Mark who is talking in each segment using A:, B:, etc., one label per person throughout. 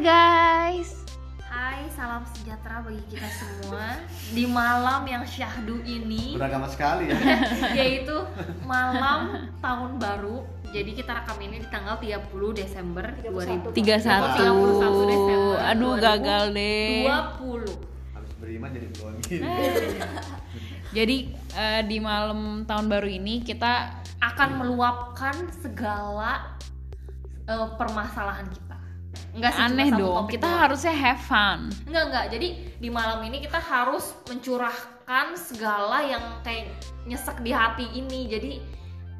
A: guys.
B: Hai, salam sejahtera bagi kita semua di malam yang syahdu ini,
C: beragama sekali ya
B: yaitu malam tahun baru. Jadi kita rekam ini di tanggal 30 Desember 2021. 31 Desember
A: 31. Aduh gagal deh.
B: 2020.
C: habis beriman jadi belum
A: Jadi eh, di malam tahun baru ini kita
B: Akan meluapkan segala eh, permasalahan kita. Enggak sih, cuma
A: aneh
B: satu
A: dong.
B: topik
A: Kita
B: doang.
A: harusnya have fun.
B: Enggak enggak. Jadi di malam ini kita harus mencurahkan segala yang kayak nyesek di hati ini. Jadi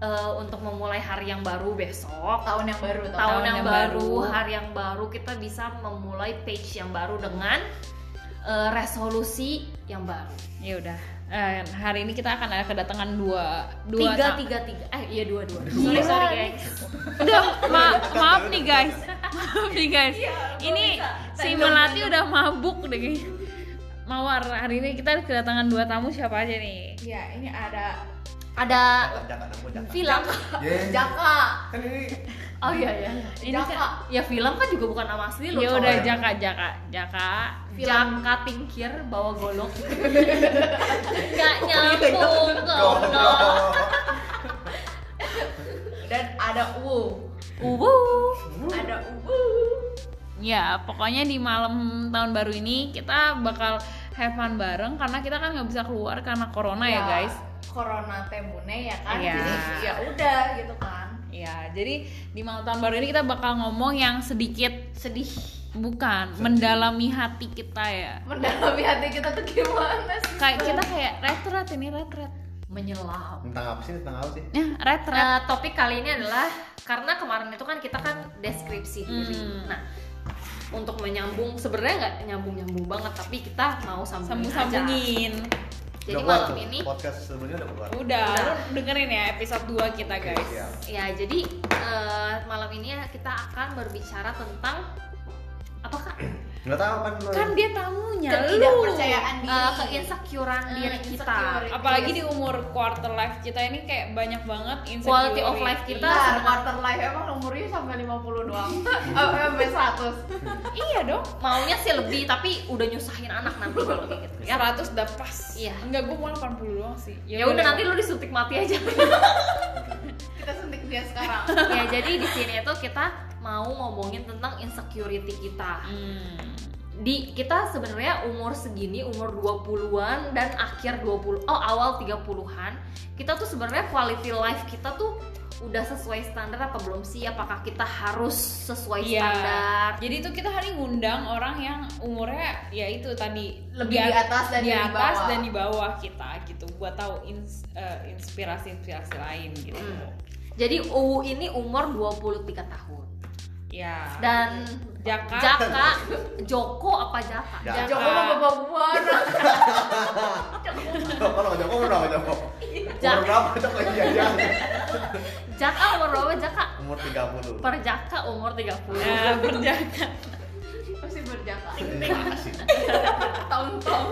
B: eh, untuk memulai hari yang baru besok,
D: tahun yang baru
B: tahun,
D: tahun
B: yang,
A: yang
B: baru,
A: baru.
B: hari yang baru kita bisa memulai page yang baru dengan eh, resolusi yang baru.
A: Ya udah. Eh, hari ini kita akan ada kedatangan dua dua
B: tiga
A: ta-
B: tiga tiga. Eh iya dua dua.
A: Gila.
B: Sorry sorry guys.
A: Udah, ma- maaf nih guys. Maaf nih guys. ini si Melati udah mabuk deh. kayaknya. Mawar, hari ini kita kedatangan dua tamu siapa aja nih?
D: ya ini ada
B: Ada
C: jangan aku jangan
B: film.
C: Yeay.
D: Jaka
C: kan ini
B: Oh iya iya.
D: Ini
B: Jaka.
D: kan-
B: ya film kan juga bukan nama asli loh.
A: Ya udah
C: cowok.
A: Jaka, Jaka, Jaka.
B: Film. Jaka tingkir bawa golok Gak
D: Oh, iya,
B: nyambung golok
C: goblok
D: dan ada Uwu
B: Uwu
D: ada Uwu
A: Ya, pokoknya di malam tahun baru ini kita bakal have fun bareng karena kita kan nggak bisa keluar karena corona ya, guys.
D: corona temune ya kan
A: Iya.
D: jadi ya udah gitu kan
A: Ya, jadi di malam tahun baru ini kita bakal ngomong yang sedikit
B: Sedih
A: bukan mendalami hati kita ya.
D: mendalami hati kita tuh gimana sih
A: Kayak kita kayak retret ini retret.
B: Menyelam
C: tentang apa sih tentang apa sih
A: Ya, retret.
B: Nah, topik kali ini adalah karena kemarin itu kan kita kan deskripsi diri.
A: Hmm.
B: Nah, untuk menyambung sebenarnya nggak nyambung-nyambung banget tapi kita mau sambungin aja.
A: Sambung-sambungin.
B: Jadi
C: keluar
B: malam
C: tuh,
B: ini
C: podcast sebelumnya udah keluar
A: Udah, lu dengerin ya episode 2 kita, guys.
C: Siap.
B: ya jadi eh, malam ini kita akan berbicara tentang apa kak?
C: nggak tahu kan lu
A: Kan dia tamunya lu.
D: ketidakpercayaan diri
B: Eh, keinsecurean
D: Hmm,
B: diri kita.
D: insecure.
A: apalagi di umur quarter life kita ini kayak banyak banget insecurity.
B: Quality of life kita.
A: Iya,
D: Nah, quarter life emang umurnya sampai 50 doang. Eh, sampai 100.
A: iya dong
B: maunya sih lebih tapi udah nyusahin anak nanti kalau kayak gitu ya
A: 100 udah pas
B: Iya.
A: enggak gue mau 80 doang sih
B: ya udah nanti lu disuntik mati aja
D: Kita suntik dia sekarang.
B: ya jadi di sini itu kita mau ngomongin tentang insecurity kita
A: hmm.
B: di kita sebenarnya umur segini umur 20-an dan akhir 20 oh awal 30-an kita tuh sebenarnya quality life kita tuh udah sesuai standar apa belum sih apakah kita harus sesuai
A: Iya.
B: standar
A: jadi itu kita hari ngundang orang yang umurnya ya itu tadi
D: Lebih
A: at-
D: di atas dan
A: di
D: di
A: atas
D: bawah.
A: dan di bawah kita gitu buat tahu ins- eh, inspirasi-inspirasi lain gitu
B: Hmm. jadi UU ini umur 23 tahun
A: ya
B: dan
A: Jaka.
B: Jaka Joko apa Jaka?
C: Ya.
D: Joko mah bebabuan.
C: kalau nggak jawab berapa jawab
B: Jangan.
C: umur berapa jawab lagi ya ya.
B: Jaka umur berapa Jaka?
C: umur 30
B: Per Jaka umur 30
A: nah berjaga
D: Pasti berjaka.
C: Terima kasih
D: Tong-tong.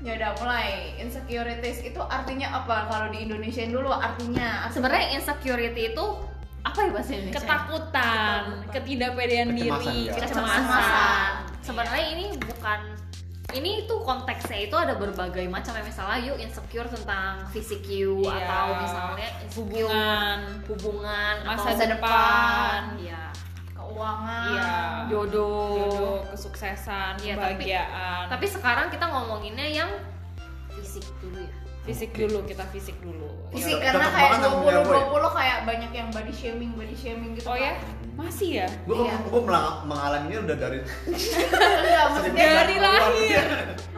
D: Ya udah mulai. Insecurities itu artinya apa? Kalau di Indonesia dulu artinya
B: Sebenarnya insecurity itu apa ya bahasa Indonesia?
A: ketakutan ketidakpedean
C: Kecemasan,
A: diri
C: ya.
B: Kecemasan. Sebenarnya ini bukan ini tuh konteksnya itu ada berbagai macam ya misalnya you insecure tentang fisik you
A: Iya.
B: atau misalnya insecure
A: hubungan
B: hubungan
A: masa
B: atau
A: depan
B: Iya.
D: keuangan.
A: iya
B: jodoh.
A: jodoh kesuksesan
B: Iya, tapi-
A: kebahagiaan
B: Tapi sekarang kita ngomonginnya yang fisik dulu ya.
A: fisik dulu kita fisik dulu
D: Fisik
C: Iya,
D: karena
C: cocok
D: kayak
C: banget sama
D: 20
C: dia, Boy.
D: 20 kayak banyak yang body shaming, body shaming gitu.
A: oh ya masih ya
C: gue
D: Iya.
C: gue mengalaminya udah dari
D: Enggak, maksudnya
A: Dari lahir.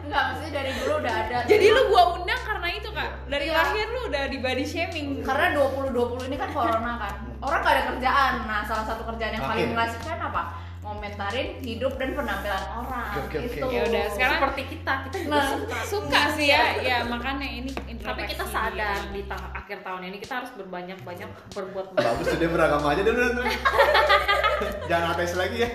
D: enggak, maksudnya dari dulu udah ada.
A: jadi lu gua undang karena itu kak dari
D: Iya.
A: lahir lu udah di body shaming
D: karena 2020 ini kan corona kan orang gak ada kerjaan nah salah satu kerjaan yang paling
C: Oke.
D: mengasihkan apa ngomentarin hidup dan penampilan orang
C: Oke, oke,
D: gitu
C: oke.
A: Ya udah, sekarang-
B: seperti kita, kita juga
D: Nah,
B: suka.
A: suka sih ya ya makanya ini
B: tapi
A: introspeksi
B: kita sadar di ta- akhir tahun ini kita harus berbanyak banyak berbuat baik
C: bagus tuh dia beragama aja deh udah, udah. jangan ateis lagi ya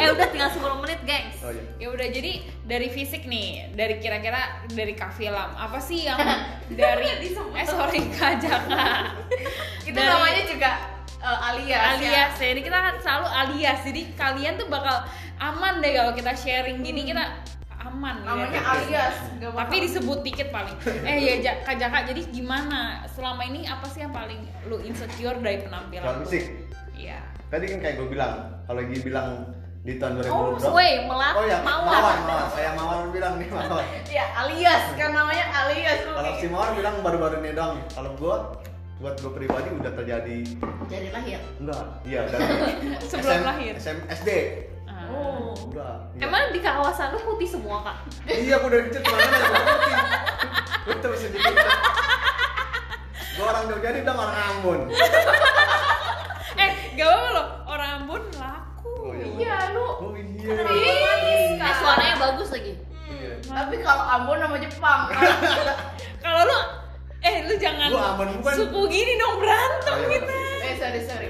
B: eh udah tinggal 10 menit gengs
C: oh iya
A: ya udah jadi dari fisik nih dari kira-kira dari Kak Filam apa sih yang dari eh sorry Kak Jaka
D: itu
A: Dari-
D: namanya juga eh, alias, ya.
A: alias ya. Ini kita akan selalu alias. Jadi kalian tuh bakal aman deh kalau kita sharing gini kita aman. gitu.
D: namanya alias nggak bakal-
A: Tapi disebut dikit paling. Eh ya Ja- Kak Jaka, jadi gimana selama ini apa sih yang paling lu insecure dari
C: Soal
A: penampilan? lu?
C: musik.
A: Iya.
C: Tadi kan kayak gue bilang, kalau lagi bilang di tahun 2000
B: Oh,
C: berapa?
B: weh, melat-
C: oh, ya,
B: mawar.
C: mawar, mawar. Oh, ya, mawar bilang nih, mawar.
D: ya alias kan namanya alias lu
C: Kalau si mawar bilang baru-baru ini dong. Kalau gue, buat gue pribadi udah terjadi
D: jadi lahir
C: enggak. Iya, dalam
A: Sebelum lahir.
C: SM, SD.
A: Ah.
B: Oh.
C: Enggak. iya.
B: Emang di kawasan lu putih semua kak?
C: Iya, gue dari kecil kemana mana gue putih. Gue terus jadi putih. Gue orang Jogja dia bilang orang Ambon.
A: Eh, gak apa-apa loh. Orang Ambon laku.
C: Oh, iya.
D: lu
C: Oh iya.
D: Ih,
B: Eh suaranya bagus lagi.
C: Iya.
D: tapi kalau Ambon nama Jepang kan
A: Kalau lu eh lu jangan
C: Gua Ambon bukan.
A: suku gini dong berantem
C: Oh, iya.
A: kita.
D: eh sorry sorry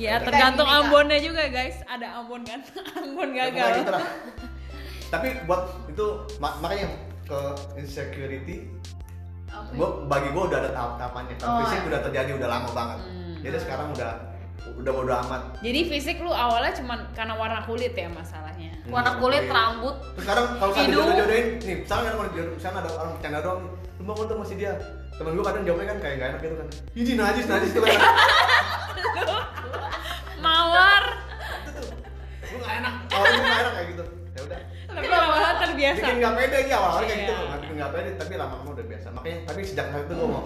A: Ya,
D: Kita
A: tergantung
D: gini, Kak.
A: Ambonnya juga, guys. Ada Ambon kan, Ambon
C: Ya, pokoknya gitu
A: gagal.
C: lah. Tapi buat itu ma- makanya ke insecurity
A: ya?
D: Apa? ya?
C: gua, bagi gue udah ada tahap-tahapannya kalau
D: Oh,
C: fisik
D: iya.
C: udah terjadi udah lama banget
A: Hmm.
C: jadi sekarang udah udah bodo amat
A: Jadi fisik lu awalnya cuman karena warna kulit ya masalahnya.
B: Warna kulit, rambut.
C: Terus sekarang kalau kan
A: Hidung.
C: dijodoh-jodohin nih misalnya kan kalau dijodoh misalnya ada orang bercanda doang lu bangun tuh masih dia temen gue kadang jawabnya kan kayak gak enak gitu kan ini najis najis tuh kan
A: Mawar,
C: lu gak enak kalau lu gak enak kayak gitu ya udah
A: tapi lama-lama terbiasa.
C: bikin gak pede ya awalnya kayak gitu
A: Iya. Hmm.
C: bikin gak pede tapi lama-lama udah biasa makanya tapi sejak saat itu gue mau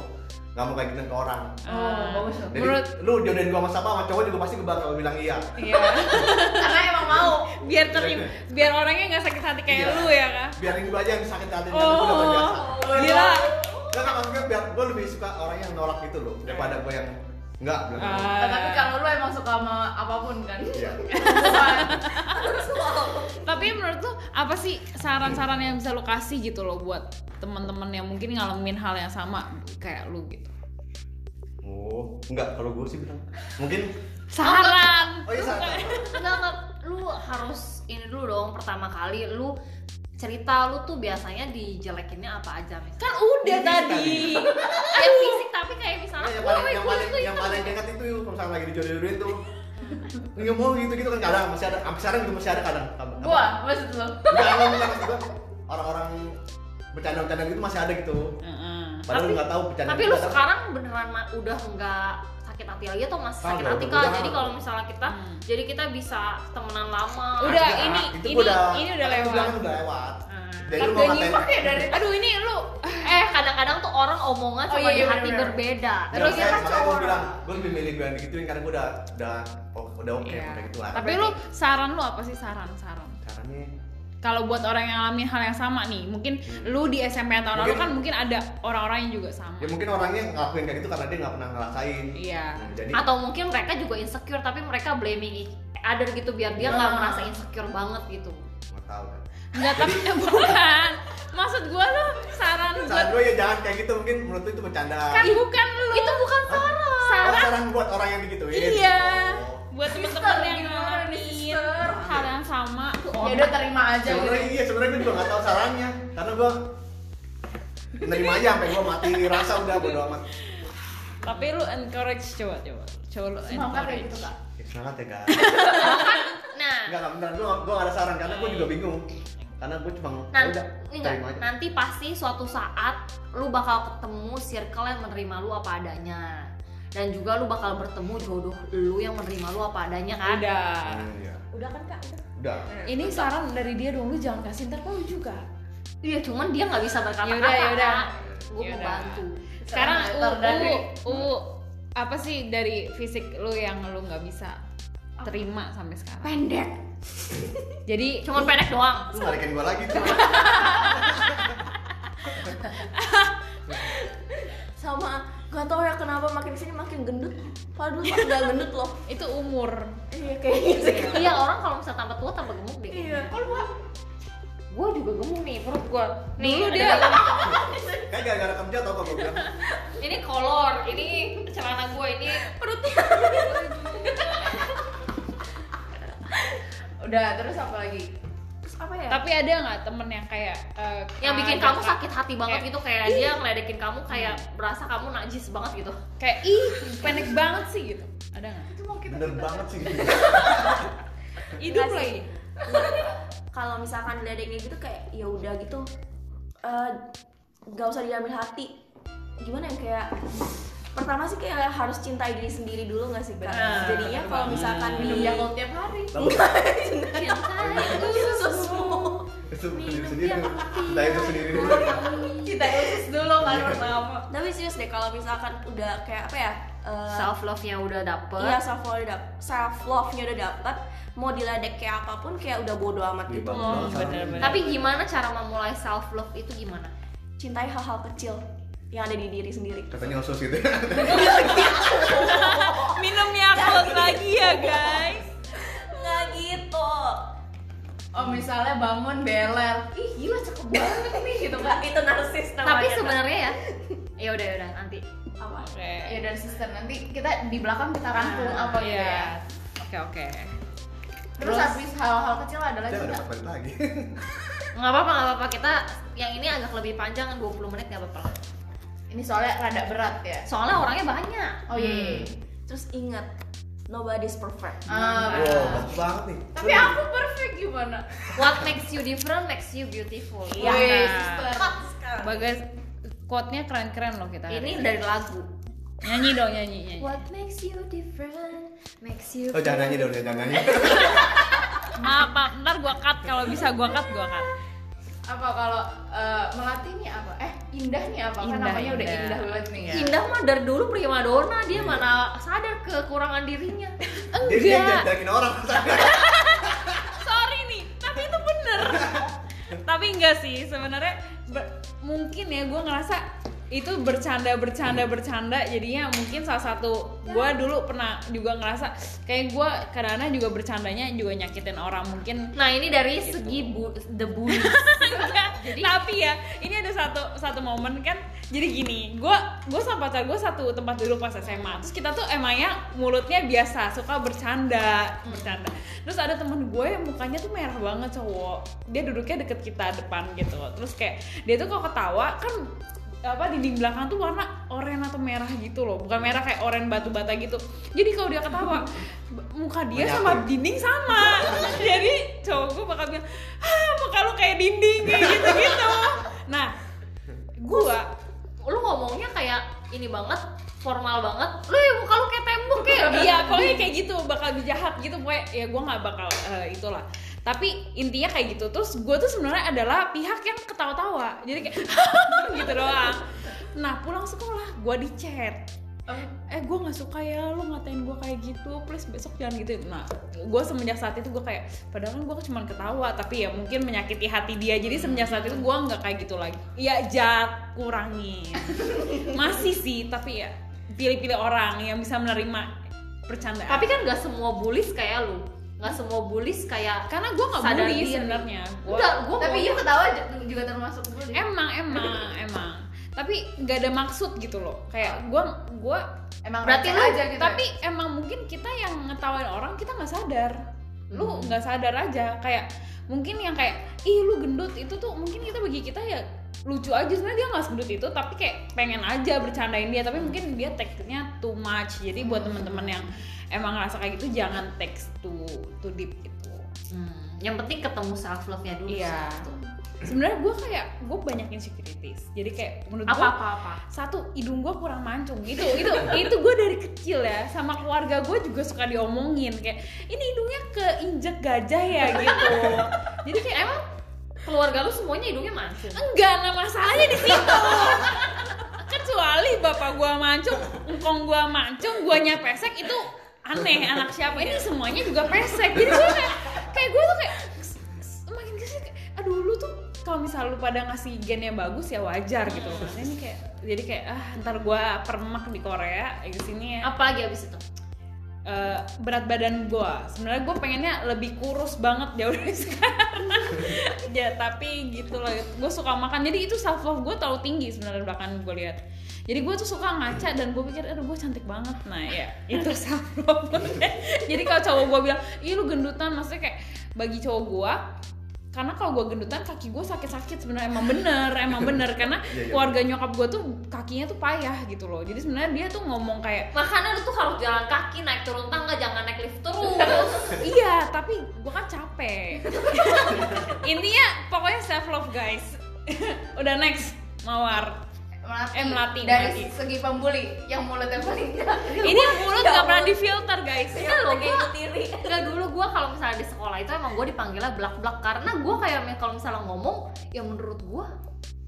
C: gak mau kayak gitu ke orang
D: oh bagus loh
C: jadi
A: Menurut-
C: lu jodohin gue sama siapa sama cowok juga pasti gue bakal bilang iya
A: Iya.
D: karena emang mau
A: Biar terima, biar orangnya nggak sakit hati kayak
C: Iya.
A: lu ya kak.
C: biarin gue aja yang sakit hati dan gue udah
A: Oh,
C: biasa
A: gila.
C: Gak kan maksudnya biar gue lebih suka orang yang nolak gitu loh daripada gue yang enggak bilang enggak.
A: Ah.
D: tapi kalau lu emang suka sama apapun kan
C: Iya.
A: Tapi menurut lu apa sih saran-saran yang bisa lu kasih gitu loh buat teman-teman yang mungkin ngalamin hal yang sama kayak lu gitu?
C: Oh, enggak kalau gue sih bilang. Mungkin
A: Saran.
C: oh iya salah.
B: Enggak, enggak. Lu harus ini dulu dong pertama kali lu cerita lu tuh biasanya dijelekinnya apa aja misalnya.
A: Kan udah tadi.
B: Ya fisik tapi kayak misalnya
C: Iya, Yang
B: "Wah,
C: paling
B: weh,
C: yang
B: kulit
C: paling
B: lu
C: yang paling dekat itu yuk kalau misalnya lagi dijodoh-jodohin tuh. Enggak mau gitu gitu kan kadang masih ada sampai sekarang gitu masih ada kadang. Apa- apa?
D: gua maksud lu
C: Enggak, enggak bukan maksud gue. Orang-orang bercanda-bercanda gitu masih ada gitu.
A: Heeh.
C: Padahal lu enggak tahu bercanda.
B: Tapi lu sekarang beneran ma- udah nggak sakit hati lagi atau masih
C: Ah,
B: sakit
C: udah,
B: hati
C: udah,
B: kak?
C: udah.
B: Jadi kalau misalnya kita,
A: Hmm.
B: jadi kita bisa temenan lama.
A: Udah ini ini ini udah lewat.
C: Nah, Udah lewat.
A: Ah.
C: Jadi
E: Iya,
C: lu mau
D: udah
C: ngatain
D: nyimak ya dari
A: Aduh ini lu
B: Eh kadang-kadang tuh orang omongan
D: Oh,
B: sama
D: iya, iya,
B: di hati
D: bener-bener.
B: berbeda.
C: Ya,
D: Terus
C: makanya-
D: dia kan
C: makanya gua
D: cowok.
C: bilang gue lebih milih gue yang digituin karena gue udah udah oh, udah oke
A: Iya.
C: sama kayak gitu lah
A: Tapi lu saran lu apa sih saran-saran?
C: caranya
A: Kalau buat orang yang ngalamin hal yang sama nih, mungkin lu di SMP tahun lalu
C: Mungkin-
A: kan mungkin ada orang-orang yang juga sama.
C: ya mungkin orangnya ngelakuin kayak gitu karena dia nggak pernah ngerasain
A: Iya.
C: Nah, jadi
B: Atau mungkin mereka juga insecure tapi mereka blaming each other gitu biar dia nggak
D: Nah.
B: merasa insecure banget gitu.
C: nggak tahu kan
A: Enggak tapi bukan. Maksud gua lu saran
C: saran
A: buat
C: gue ya jangan kayak gitu mungkin menurut lu itu bercanda
A: kan bukan lu. Itu bukan
C: Oh,
A: Saran
C: saran buat orang yang digituin
A: iya.
C: Oh.
A: Buat temen-temen yang
D: gimana nih,
A: ngalamin
D: sister?
A: hal yang sama.
D: ya udah terima aja gitu
C: sebenarnya iya sebenarnya gue juga nggak tahu sarannya karena gue nerima aja sampai gue mati rasa udah bodo amat
A: Tapi lu encourage coba coba. Coba lu
D: semangat kayak
A: encourage.
D: gitu kak
C: ya, semangat ya kak
B: Nah,
C: nggak nggak beneran gue gue nggak ada saran karena gue juga bingung karena gue cuma ya
D: Nah,
B: nanti
C: udah
B: enggak,
C: terima aja
B: nanti pasti suatu saat lu bakal ketemu circle yang menerima lu apa adanya dan juga lu bakal bertemu jodoh lu yang menerima lu apa adanya kan
A: Udah.
C: Hmm, iya.
D: udah kan kak udah
C: udah
A: Ini saran dari dia dong, lu jangan kasih ntar kau juga.
B: iya cuman dia nggak bisa berkata-kata
A: Yaudah, yaudah.
B: gue mau
A: Yaudah.
B: bantu
A: Sekarang
D: Saran
A: u,
D: letter dari-
A: u, u, apa sih dari fisik lu yang lu nggak bisa terima sampai sekarang?
B: pendek
A: Jadi
B: cuman pendek doang
C: lu ngalikin gue lagi tuh
E: sama gak tau ya kenapa makin sini makin gendut padahal dulu gak gendut loh
A: itu umur.
E: iya kayaknya sih
B: iya orang kalau misalnya tambah tua tambah gemuk deh
E: Iya.
D: Iya.
B: gue juga gemuk nih perut gue nih
A: Dulu
B: ada
A: dia-
B: dalam-
C: kayak gara-gara kerja tau kok gue bilang
B: ini kolor ini celana gue ini perutnya
D: udah terus apa lagi
E: terus apa ya
A: Tapi ada nggak temen yang kayak eh,
B: yang bikin
A: kayak-
E: Nah,
B: kamu sakit hati banget
A: kayak-
B: gitu kayak dia ngeledekin kamu kayak berasa kamu najis banget gitu
A: Kayak ih pendek banget sih gitu. Ada nggak?
D: itu mau kita
C: bener banget sih gitu.
A: Hidup
E: Nggak
A: lagi.
E: sih. kalau misalkan dadeknya gitu kayak ya udah gitu eh, nggak usah diambil hati gimana ya kayak pertama sih kayak harus cintai diri sendiri dulu nggak sih kak
A: Benar,
E: jadinya kalau misalkan
D: minum
E: di
D: jagung tiap hari
B: Iya, Cinta itu
E: Iya, semua
C: itu sendiri sendiri tuh. Entah itu sendiri dulu
D: Iya, kita usus dulu kan pertama
E: tapi serius deh kalau misalkan udah kayak apa ya eh,
B: self love nya udah dapet
E: Iya self love udah self love nya udah dapat mau diledek kayak apapun kayak udah bodo amat
C: Iya,
E: gitu
C: Bang.
E: loh
A: Bener-bener.
B: tapi gimana cara memulai self love itu gimana
E: cintai hal-hal kecil yang ada di diri sendiri
C: katanya usus gitu
B: Oh,
A: minum Yakult lagi ya guys.
E: nggak gitu
D: oh misalnya bangun beler ih gila cakep banget nih gitu kan
E: nggak itu narsis namanya
B: tapi sebenarnya ya ya udah ya udah nanti
E: apa
D: ya
B: Iya.
D: dan sister nanti kita di belakang kita rangkum
E: Ah,
D: apa gitu ya
A: Iya. Oke oke.
D: terus habis hal-hal kecil adalah
C: saya udah
D: cinta
C: dapat lagi
B: nggak apa-apa nggak apa-apa kita yang ini agak lebih panjang 20 menit nggak apa-apa lah.
D: ini soalnya rada berat ya
B: soalnya orangnya banyak
D: oh iya, iya iya.
E: terus ingat nobody's perfect
C: wow
D: Ah, bener.
C: bagus banget nih
D: tapi aku perfect gimana
B: what makes you different makes you beautiful
A: Iya.
D: Wih,
A: Nah.
D: sister
A: Bagas quote-nya keren-keren loh kita. hari
B: ini Iya.
A: ini.
B: dari lagu
A: nyanyi dong nyanyi nyanyi.
B: what makes you different makes you
C: oh jangan nyanyi dong jangan nyanyi
A: Maaf, maaf, ntar gua cut kalau bisa gua cut gua cut.
D: apa kalau eh, melatih nih apa eh indah nih apa kan
A: Indah,
D: namanya udah
A: indah.
D: indah banget nih
A: Iya.
B: Indah mah dari dulu prima donna dia mana sadar kekurangan dirinya.
C: Iya. dia dia
D: Iya.
A: Enggak.
C: jadiin orang
A: sorry nih tapi itu bener tapi enggak sih sebenarnya ber- mungkin ya gue ngerasa itu bercanda bercanda bercanda jadinya mungkin salah satu gue dulu pernah juga ngerasa kayak gue kadang-kadang juga bercandanya juga nyakitin orang mungkin
B: Nah ini dari segi bu, the bully.
A: tapi ya ini ada satu satu momen kan jadi gini gue gue sama pacar gue satu tempat dulu pas SMA terus kita tuh emangnya mulutnya biasa suka bercanda bercanda terus ada temen gue yang mukanya tuh merah banget cowok dia duduknya deket kita depan gitu terus kayak dia tuh kalau ketawa kan apa dinding belakang tuh warna oranye atau merah gitu loh bukan merah kayak oranye batu-bata gitu jadi kalau dia ketawa b- muka dia
C: Menyatu.
A: sama dinding sama jadi cowok gue bakal bilang ah muka lu kayak dinding kayak gitu gitu nah gua
B: lu ngomongnya kayak ini banget, formal banget. Lu ya muka lu kayak tembok kayak
A: iya pokoknya kayak gitu bakal dijahat gitu pokoknya ya gua nggak bakal eh, itulah tapi intinya kayak gitu terus gue tuh sebenarnya adalah pihak yang ketawa-tawa jadi kayak gitu doang nah pulang sekolah gua di chat eh gue nggak suka ya lu ngatain gue kayak gitu please besok jangan gitu nah gue semenjak saat itu gue kayak padahal kan gue cuma ketawa tapi ya mungkin menyakiti hati dia jadi semenjak saat itu gue nggak kayak gitu lagi ya jat kurangin masih sih tapi ya pilih-pilih orang yang bisa menerima percandaan
B: Tapi kan gak semua bullies kayak lu. Gak semua bullies kayak
A: karena gue nggak
B: sadar
A: bully
B: diri.
A: sebenarnya Gua-
B: Enggak, gua
D: tapi
B: maunya-
D: you ketawa ju- juga termasuk bully
A: emang emang emang tapi nggak ada maksud gitu loh kayak gue gue
D: emang
B: Berarti
D: receh
B: lu-
D: aja gitu
A: tapi emang mungkin kita yang ngetawain orang kita nggak sadar lu nggak sadar aja kayak mungkin yang kayak ih lu gendut itu tuh mungkin kita bagi kita ya lucu aja sebenarnya dia nggak segendut itu tapi kayak pengen aja bercandain dia tapi mungkin dia teksnya too much jadi buat teman-teman yang emang ngerasa kayak gitu jangan teks too too deep gitu
B: Hmm, yang penting ketemu self love nya dulu. sih,
A: Iya.
B: gitu. itu.
A: sebenarnya gue kayak gue banyak insecurities jadi kayak menurut
B: Apa
A: gue
B: apa apa.
A: satu hidung gue kurang mancung itu itu itu gue dari kecil ya sama keluarga gue juga suka diomongin kayak ini hidungnya keinjek gajah ya gitu jadi kayak emang
B: Keluarga lu semuanya hidungnya mancung.
A: enggak nah masalahnya di situ kecuali bapak gue mancung engkong gue mancung guanya pesek itu aneh anak siapa ini semuanya juga pesek jadi gue kayak kayak gue tuh kayak s- s- makin kesini kayak, aduh lu tuh kalau misalnya lu pada ngasih gen yang bagus ya wajar gitu loh Maksudnya ini kayak jadi kayak ah ntar gue permak di Korea di sini ya
B: Apalagi abis itu.
A: eh, berat badan gue sebenarnya gue pengennya lebih kurus banget jauh dari sekarang ya tapi gitu loh gue suka makan jadi itu self love gue terlalu tinggi sebenarnya bahkan gue lihat jadi gue tuh suka ngaca dan gue pikir aduh gue cantik banget nah ya itu self love jadi kalau cowok gue bilang ih lu gendutan maksudnya kayak bagi cowok gue karena kalau gue gendutan kaki gue sakit-sakit sebenarnya emang bener emang bener karena
C: Iya, iya.
A: keluarga nyokap gue tuh kakinya tuh payah gitu loh jadi sebenarnya dia tuh ngomong kayak
B: Makanya lu tuh harus jalan kaki naik turun tangga, jangan naik lift terus.
A: iya tapi gue kan capek intinya pokoknya self love guys udah next mawar
D: melati.
A: Eh, melati,
D: dari
A: melati.
D: segi pembuli yang mulutnya paling
A: ini mulut nggak pernah difilter guys
B: Enggak loh,
E: Iya, Kayak gitu.
B: gua-
E: tiri.
B: Enggak dulu gue kalau misalnya di sekolah itu emang gue dipanggilnya blak-blak karena gue kayak kalau misalnya ngomong ya menurut gue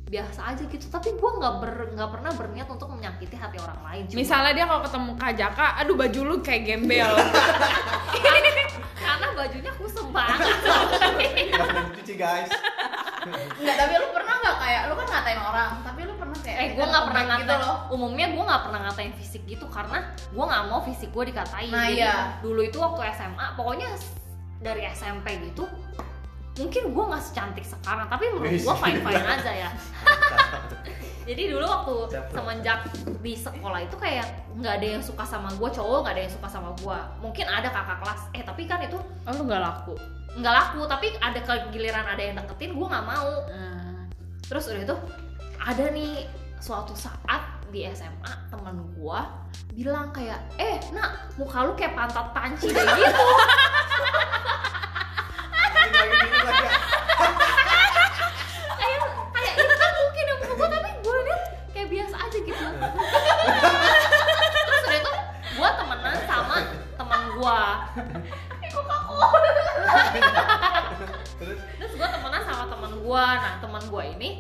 B: biasa aja gitu tapi gue nggak ber- nggak pernah berniat untuk menyakiti hati orang lain Cuma-
A: misalnya dia kalau ketemu kak Jaka aduh baju lu kayak gembel
B: karena bajunya kusem banget
C: Jangan cuci guys.
D: Enggak, tapi lu pernah nggak kayak lu kan ngatain orang, tapi lu pernah kayak
B: eh gue nggak pernah ngatain
D: gitu loh.
B: umumnya gue nggak pernah ngatain fisik gitu karena gue nggak mau fisik gue dikatain
D: Nah,
B: Jadi,
D: iya.
B: dulu itu waktu SMA pokoknya s- dari SMP gitu mungkin gue nggak secantik sekarang tapi menurut gue
C: Wih,
B: fine fine aja ya jadi dulu waktu
C: Cakep.
B: semenjak di sekolah itu kayak nggak ada yang suka sama gue cowok nggak ada yang suka sama gue mungkin ada kakak kelas eh tapi kan itu
A: oh lu nggak laku
B: nggak laku tapi ada kegiliran ada yang deketin gue nggak mau Hmm. terus udah itu ada nih suatu saat di SMA temen gua bilang kayak eh nak muka lu kayak pantat panci deh gitu
C: Ini lagi gini lagi.
B: kayak kayak itu kan mungkin yang muka gua tapi gua liat kayak biasa aja gitu terus udah itu gua temenan sama teman gua
C: Terus
B: terus gua temenan sama teman gua nah teman gua ini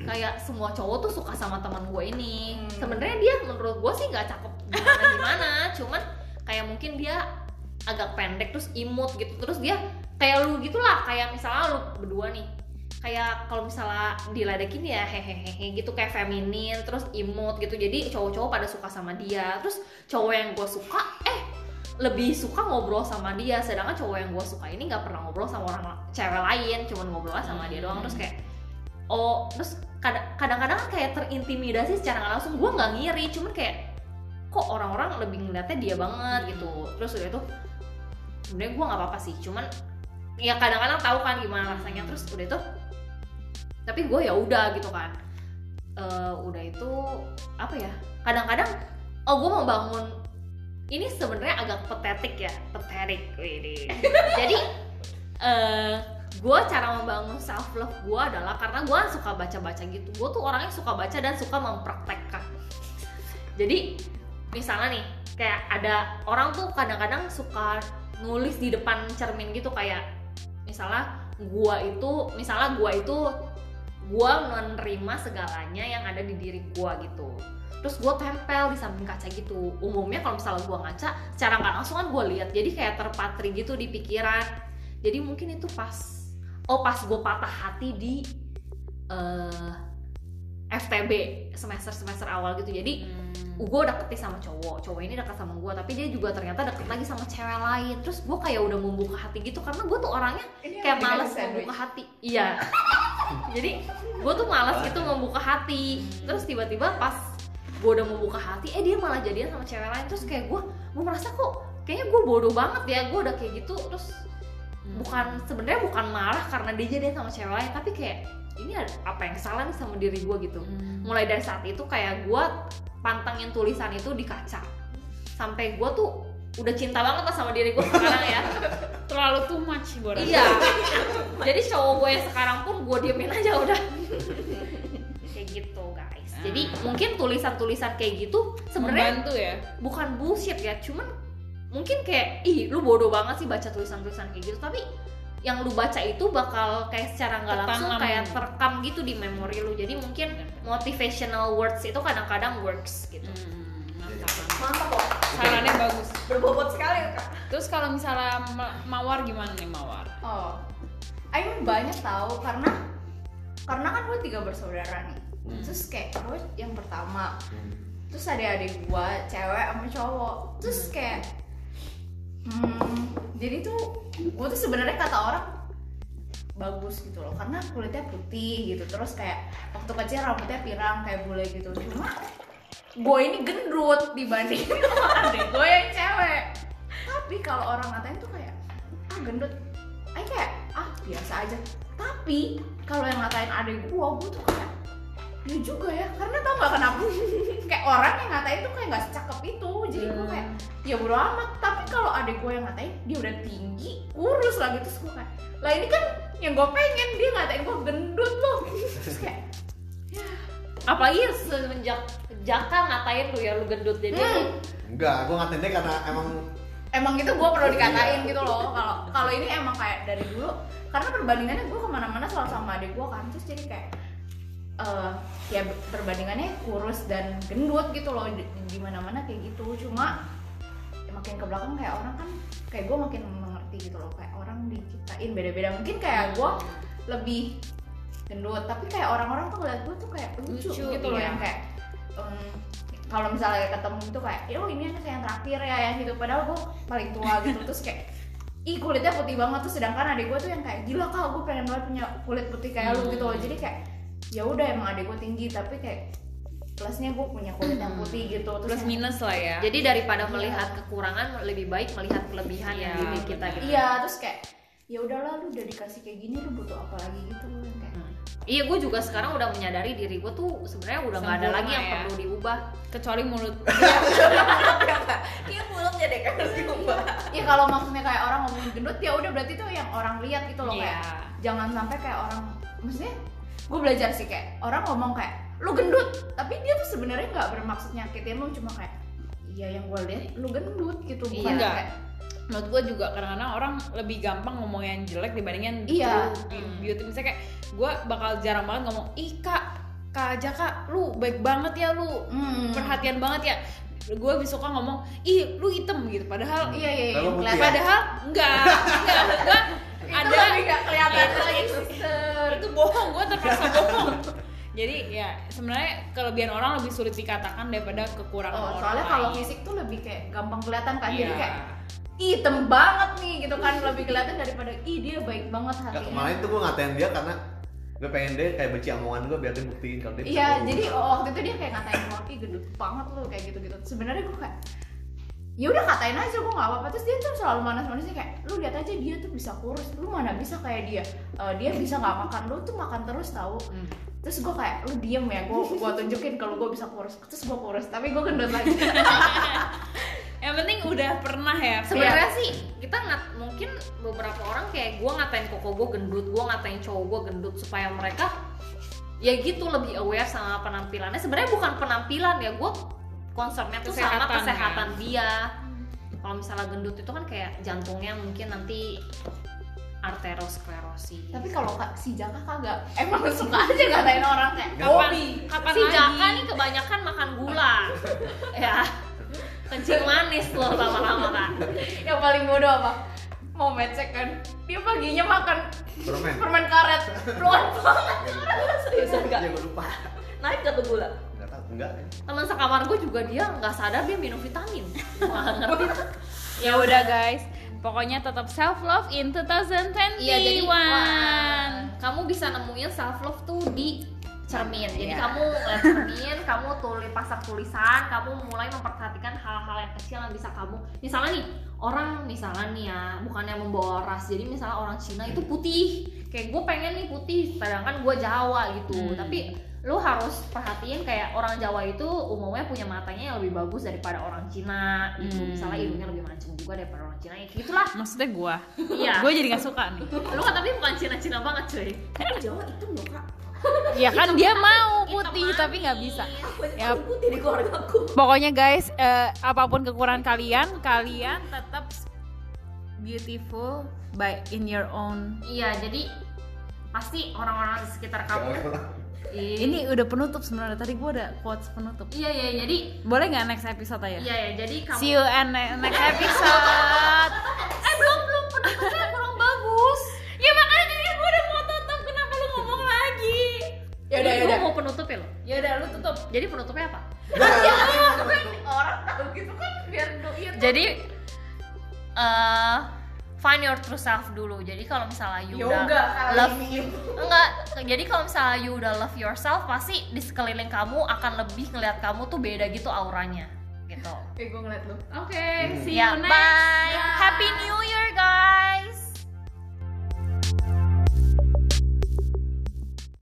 B: kayak semua cowok tuh suka sama teman gua ini
D: Hmm.
B: sebenarnya dia menurut gua sih nggak cakep gimana gimana cuman kayak mungkin dia agak pendek terus imut gitu terus dia kayak lu gitulah kayak misalnya lu berdua nih kayak kalau misalnya diledekin ya hehehehe gitu kayak feminin terus imut gitu jadi cowok-cowok pada suka sama dia terus cowok yang gue suka eh lebih suka ngobrol sama dia sedangkan cowok yang gue suka ini nggak pernah ngobrol sama orang la- cewek lain cuman ngobrolnya sama dia doang terus kayak oh terus kada- kadang-kadang kan kayak terintimidasi secara nggak langsung gue nggak ngiri cuman kayak kok orang-orang lebih ngeliatnya dia banget gitu terus udah itu sebenarnya gue nggak apa-apa sih cuman ya kadang-kadang tahu kan gimana rasanya terus udah itu tapi gue ya udah gitu kan Eh, udah itu apa ya kadang-kadang oh gue mau bangun ini sebenarnya agak pathetic ya pathetic ini jadi eh gue cara membangun self love gue adalah karena gue suka baca-baca gitu gue tuh orangnya suka baca dan suka mempraktekkan jadi misalnya nih kayak ada orang tuh kadang-kadang suka nulis di depan cermin gitu kayak misalnya gua itu misalnya gua itu gua menerima segalanya yang ada di diri gua gitu terus gua tempel di samping kaca gitu umumnya kalau misalnya gua ngaca secara nggak langsung kan gua lihat jadi kayak terpatri gitu di pikiran jadi mungkin itu pas oh pas gua patah hati di eh, FTB semester semester awal gitu jadi gue deket sama cowok cowok ini deket sama gue tapi dia juga ternyata deket lagi sama cewek lain terus gue kayak udah membuka hati gitu karena gue tuh orangnya
D: Ini
B: kayak
D: yang Iya, dikasih
B: malas
D: sandwich.
B: membuka hati iya jadi gue tuh malas gitu membuka hati terus tiba-tiba pas gue udah membuka hati eh dia malah jadian sama cewek lain terus kayak gue gue merasa kok kayaknya gue bodoh banget ya gue udah kayak gitu terus bukan sebenarnya bukan marah karena dia jadian sama cewek lain tapi kayak ini ada- apa yang salah nih sama diri gue gitu
A: Hmm.
B: mulai dari saat itu kayak gue pantengin tulisan itu di kaca sampai gue tuh udah cinta banget lah sama diri gue sekarang ya
A: terlalu too much gue rasa.
B: iya jadi cowok gue yang sekarang pun gue diemin aja udah kayak gitu guys jadi mungkin tulisan-tulisan kayak gitu sebenarnya
A: membantu ya
B: bukan bullshit ya cuman mungkin kayak ih lu bodoh banget sih baca tulisan-tulisan kayak gitu tapi yang lu baca itu bakal kayak secara nggak langsung
A: Tertanam.
B: kayak terekam gitu di memori lu jadi mungkin motivational words itu kadang-kadang works gitu
A: Hmm. Mantap.
E: Mantap loh.
A: sarannya bagus
E: Berbobot sekali kak.
A: terus kalau misalnya ma- mawar gimana nih mawar
D: Oh, Aing banyak tahu karena karena kan gue tiga bersaudara nih. Terus kayak gue yang pertama. Terus ada adik gue cewek sama cowok. Terus kayak hmm, jadi tuh gue tuh sebenarnya kata orang bagus gitu loh karena kulitnya putih gitu terus kayak waktu kecil rambutnya pirang kayak bule gitu cuma gue ini gendut dibanding sama adik gue yang cewek tapi kalau orang ngatain tuh kayak ah gendut Aing kayak ah biasa aja tapi kalau yang ngatain adik gua gua tuh kayak ya juga ya karena tau nggak kenapa kayak orang yang ngatain tuh kayak nggak secakep itu jadi gua kayak ya bodo amat tapi kalau adik gua yang ngatain dia udah tinggi kurus lagi terus gua kayak lah ini kan yang gua pengen dia ngatain gua gendut loh terus kayak
B: apalagi semenjak Jaka ngatain lu ya lu gendut jadi
D: hmm,
C: Enggak, gue ngatain dia karena emang
D: emang gitu gue perlu dikatain gitu loh kalau kalau ini emang kayak dari dulu karena perbandingannya gue kemana-mana selalu sama adik gue kan terus jadi kayak eh ya perbandingannya kurus dan gendut gitu loh di, di mana-mana kayak gitu cuma ya makin ke belakang kayak orang kan kayak gue makin mengerti gitu loh kayak orang diciptain beda-beda mungkin
B: Ya,
D: kayak gue lebih gendut tapi kayak orang-orang tuh ngeliat gue tuh kayak lucu,
A: Lucu,
D: gitu loh
A: iya.
D: yang kayak em, kalau misalnya ketemu tuh kayak ya ini anak yang terakhir ya yang hidup padahal gue paling tua gitu terus kayak ih kulitnya putih banget tuh sedangkan adik gue tuh yang kayak gila kak gue pengen banget punya kulit putih kayak lu gitu loh
A: Hmm.
D: jadi kayak ya udah emang adik gue tinggi tapi kayak plusnya gue punya kulit yang putih gitu terus
A: Hmm. plus
D: yang-
A: minus lah ya
B: jadi daripada melihat kekurangan lebih baik melihat kelebihan yang
A: Iya,
B: diri kita gitu
D: iya terus kayak ya udahlah lu udah dikasih kayak gini lu butuh apa lagi gitu loh yang kayak
B: iya gue juga sekarang udah menyadari diri gue tuh sebenarnya udah nggak ada
A: Sempurna
B: lagi yang
A: ya.
B: perlu diubah
A: kecuali mulut
B: Iya,
E: Kayak mulutnya deh kan harus diubah.
D: ya kalau maksudnya kayak orang ngomongin gendut ya udah berarti tuh yang orang lihat gitu loh
B: ya.
D: kayak
A: Iya.
D: jangan sampai kayak orang maksudnya gue belajar sih kayak orang ngomong kayak lu gendut tapi dia tuh sebenarnya nggak bermaksud nyakitin lu cuma kayak iya yang gue lihat lu gendut gitu
A: Iya.
D: bukan
A: Enggak.
D: kayak
A: menurut gue juga kadang-kadang orang lebih gampang ngomong yang jelek dibandingin gitu.
D: Iya.
A: true be- beauty misalnya kayak gue bakal jarang banget ngomong ih kak kak Jaka lu baik banget ya lu
D: hmm,
A: perhatian banget ya gue lebih suka ngomong ih lu item gitu padahal
D: iya iya iya
C: Lalu putih
D: kelihatan
C: ya?
A: padahal enggak enggak gue
D: ada
A: ada
D: nggak kelihatan
A: Iya.
D: lagi suster
A: itu bohong gue terpaksa bohong jadi ya sebenarnya kelebihan orang lebih sulit dikatakan daripada kekurangan
D: Oh,
A: orang
D: soalnya kalau
A: lain.
D: fisik tuh lebih kayak gampang kelihatan kan jadi
A: Iya.
D: kayak "Ih, hitam banget nih gitu kan lebih kelihatan daripada ih dia baik banget
C: Gak
D: hatinya
C: kemarin tuh gue ngatain dia karena gue pengen dia kayak benci omongan gue biar dia buktiin kalau dia bisa
D: Iya,
C: bohong.
D: jadi waktu itu dia kayak ngatain gue, ih gendut banget lu kayak gitu-gitu. Sebenarnya gue kayak ya udah katain aja gue nggak apa-apa terus dia tuh selalu manas-manasnya kayak lu lihat aja dia tuh bisa kurus lu mana bisa kayak dia Eh, dia bisa nggak makan lu tuh makan terus tahu
B: Hmm.
D: terus gue kayak lu diem ya gue gue tunjukin kalau gue bisa kurus terus gue kurus tapi gue gendut lagi
A: yang penting udah pernah ya
B: sebenarnya sih kita ngat mungkin beberapa orang kayak gue ngatain koko gue gendut gue ngatain cowok gue gendut supaya mereka ya gitu lebih aware sama penampilannya sebenarnya bukan penampilan ya gue concernnya tuh sama
A: Kesehatan,
B: kesehatan ya. dia kalau misalnya gendut itu kan kayak jantungnya mungkin nanti arterosklerosis
D: tapi kalau Kak- si Jaka kagak emang suka aja ngatain orang kayak
A: kapan kapan
B: si
A: lagi?
B: Jaka nih kebanyakan makan gula ya kencing manis loh lama-lama kan
D: yang paling bodoh apa mau mecek kan dia paginya makan
C: permen
D: permen karet luar banget
E: Seriusan
C: ya
E: enggak?
C: gue lupa
E: Naik gak tuh gula?
C: nggak ya. tahu enggak
B: teman sekamar gue juga dia nggak sadar dia minum vitamin Wah, ngerti
A: ya udah guys pokoknya tetap self love in 2021
B: iya jadi wah, kamu bisa nemuin self love tuh di cermin jadi
A: Iya.
B: kamu ngeliat cermin kamu tulis pasang tulisan kamu mulai memperhatikan hal-hal yang kecil yang bisa kamu misalnya nih orang misalnya nih ya bukannya membawa ras jadi misalnya orang Cina itu putih kayak gue pengen nih putih sedangkan gue Jawa gitu
A: Hmm.
B: tapi lu harus perhatiin kayak orang Jawa itu umumnya punya matanya yang lebih bagus daripada orang Cina gitu
A: Hmm.
B: misalnya hidungnya lebih mancung juga daripada orang Cina ya kayak gitulah
A: maksudnya gua
B: iya
A: gua jadi nggak suka nih
B: lu kan tapi bukan Cina-Cina banget cuy
E: Tapi Jawa itu loh kak.
A: ya kan dia mau
B: Hitam
A: putih
B: manis.
A: tapi nggak bisa
E: Aku aja
A: Yap.
E: paling putih di keluarga aku.
A: pokoknya guys eh, apapun kekurangan kalian kalian tetap beautiful by in your own
B: iya jadi pasti orang-orang di sekitar kamu ini
A: ini udah penutup sebenarnya tadi gua ada quotes penutup
B: iya iya jadi
A: boleh nggak next episode ya
B: iya ya jadi kamu
A: see you and next episode
B: eh belum belum penutupnya kurang bagus Iya,
A: ya makanya tadi gua udah mau tutup kenapa lu ngomong lagi
D: ya udah ya
B: Lu
D: udah
B: mau penutup ya lo
A: ya udah lu tutup
B: jadi penutupnya apa
D: orang tahu gitu kan biar doi tuh
B: jadi eh find your true self dulu jadi kalau misalnya you udah
D: yoga Ya kali
B: love
D: ini.
B: enggak jadi kalau misalnya you udah love yourself pasti di sekeliling kamu akan lebih ngelihat kamu tuh beda gitu auranya gitu
D: Oke, gue ngeliat lu.
A: oke see you
B: Yeah,
A: next
B: bye. Happy New Year, guys.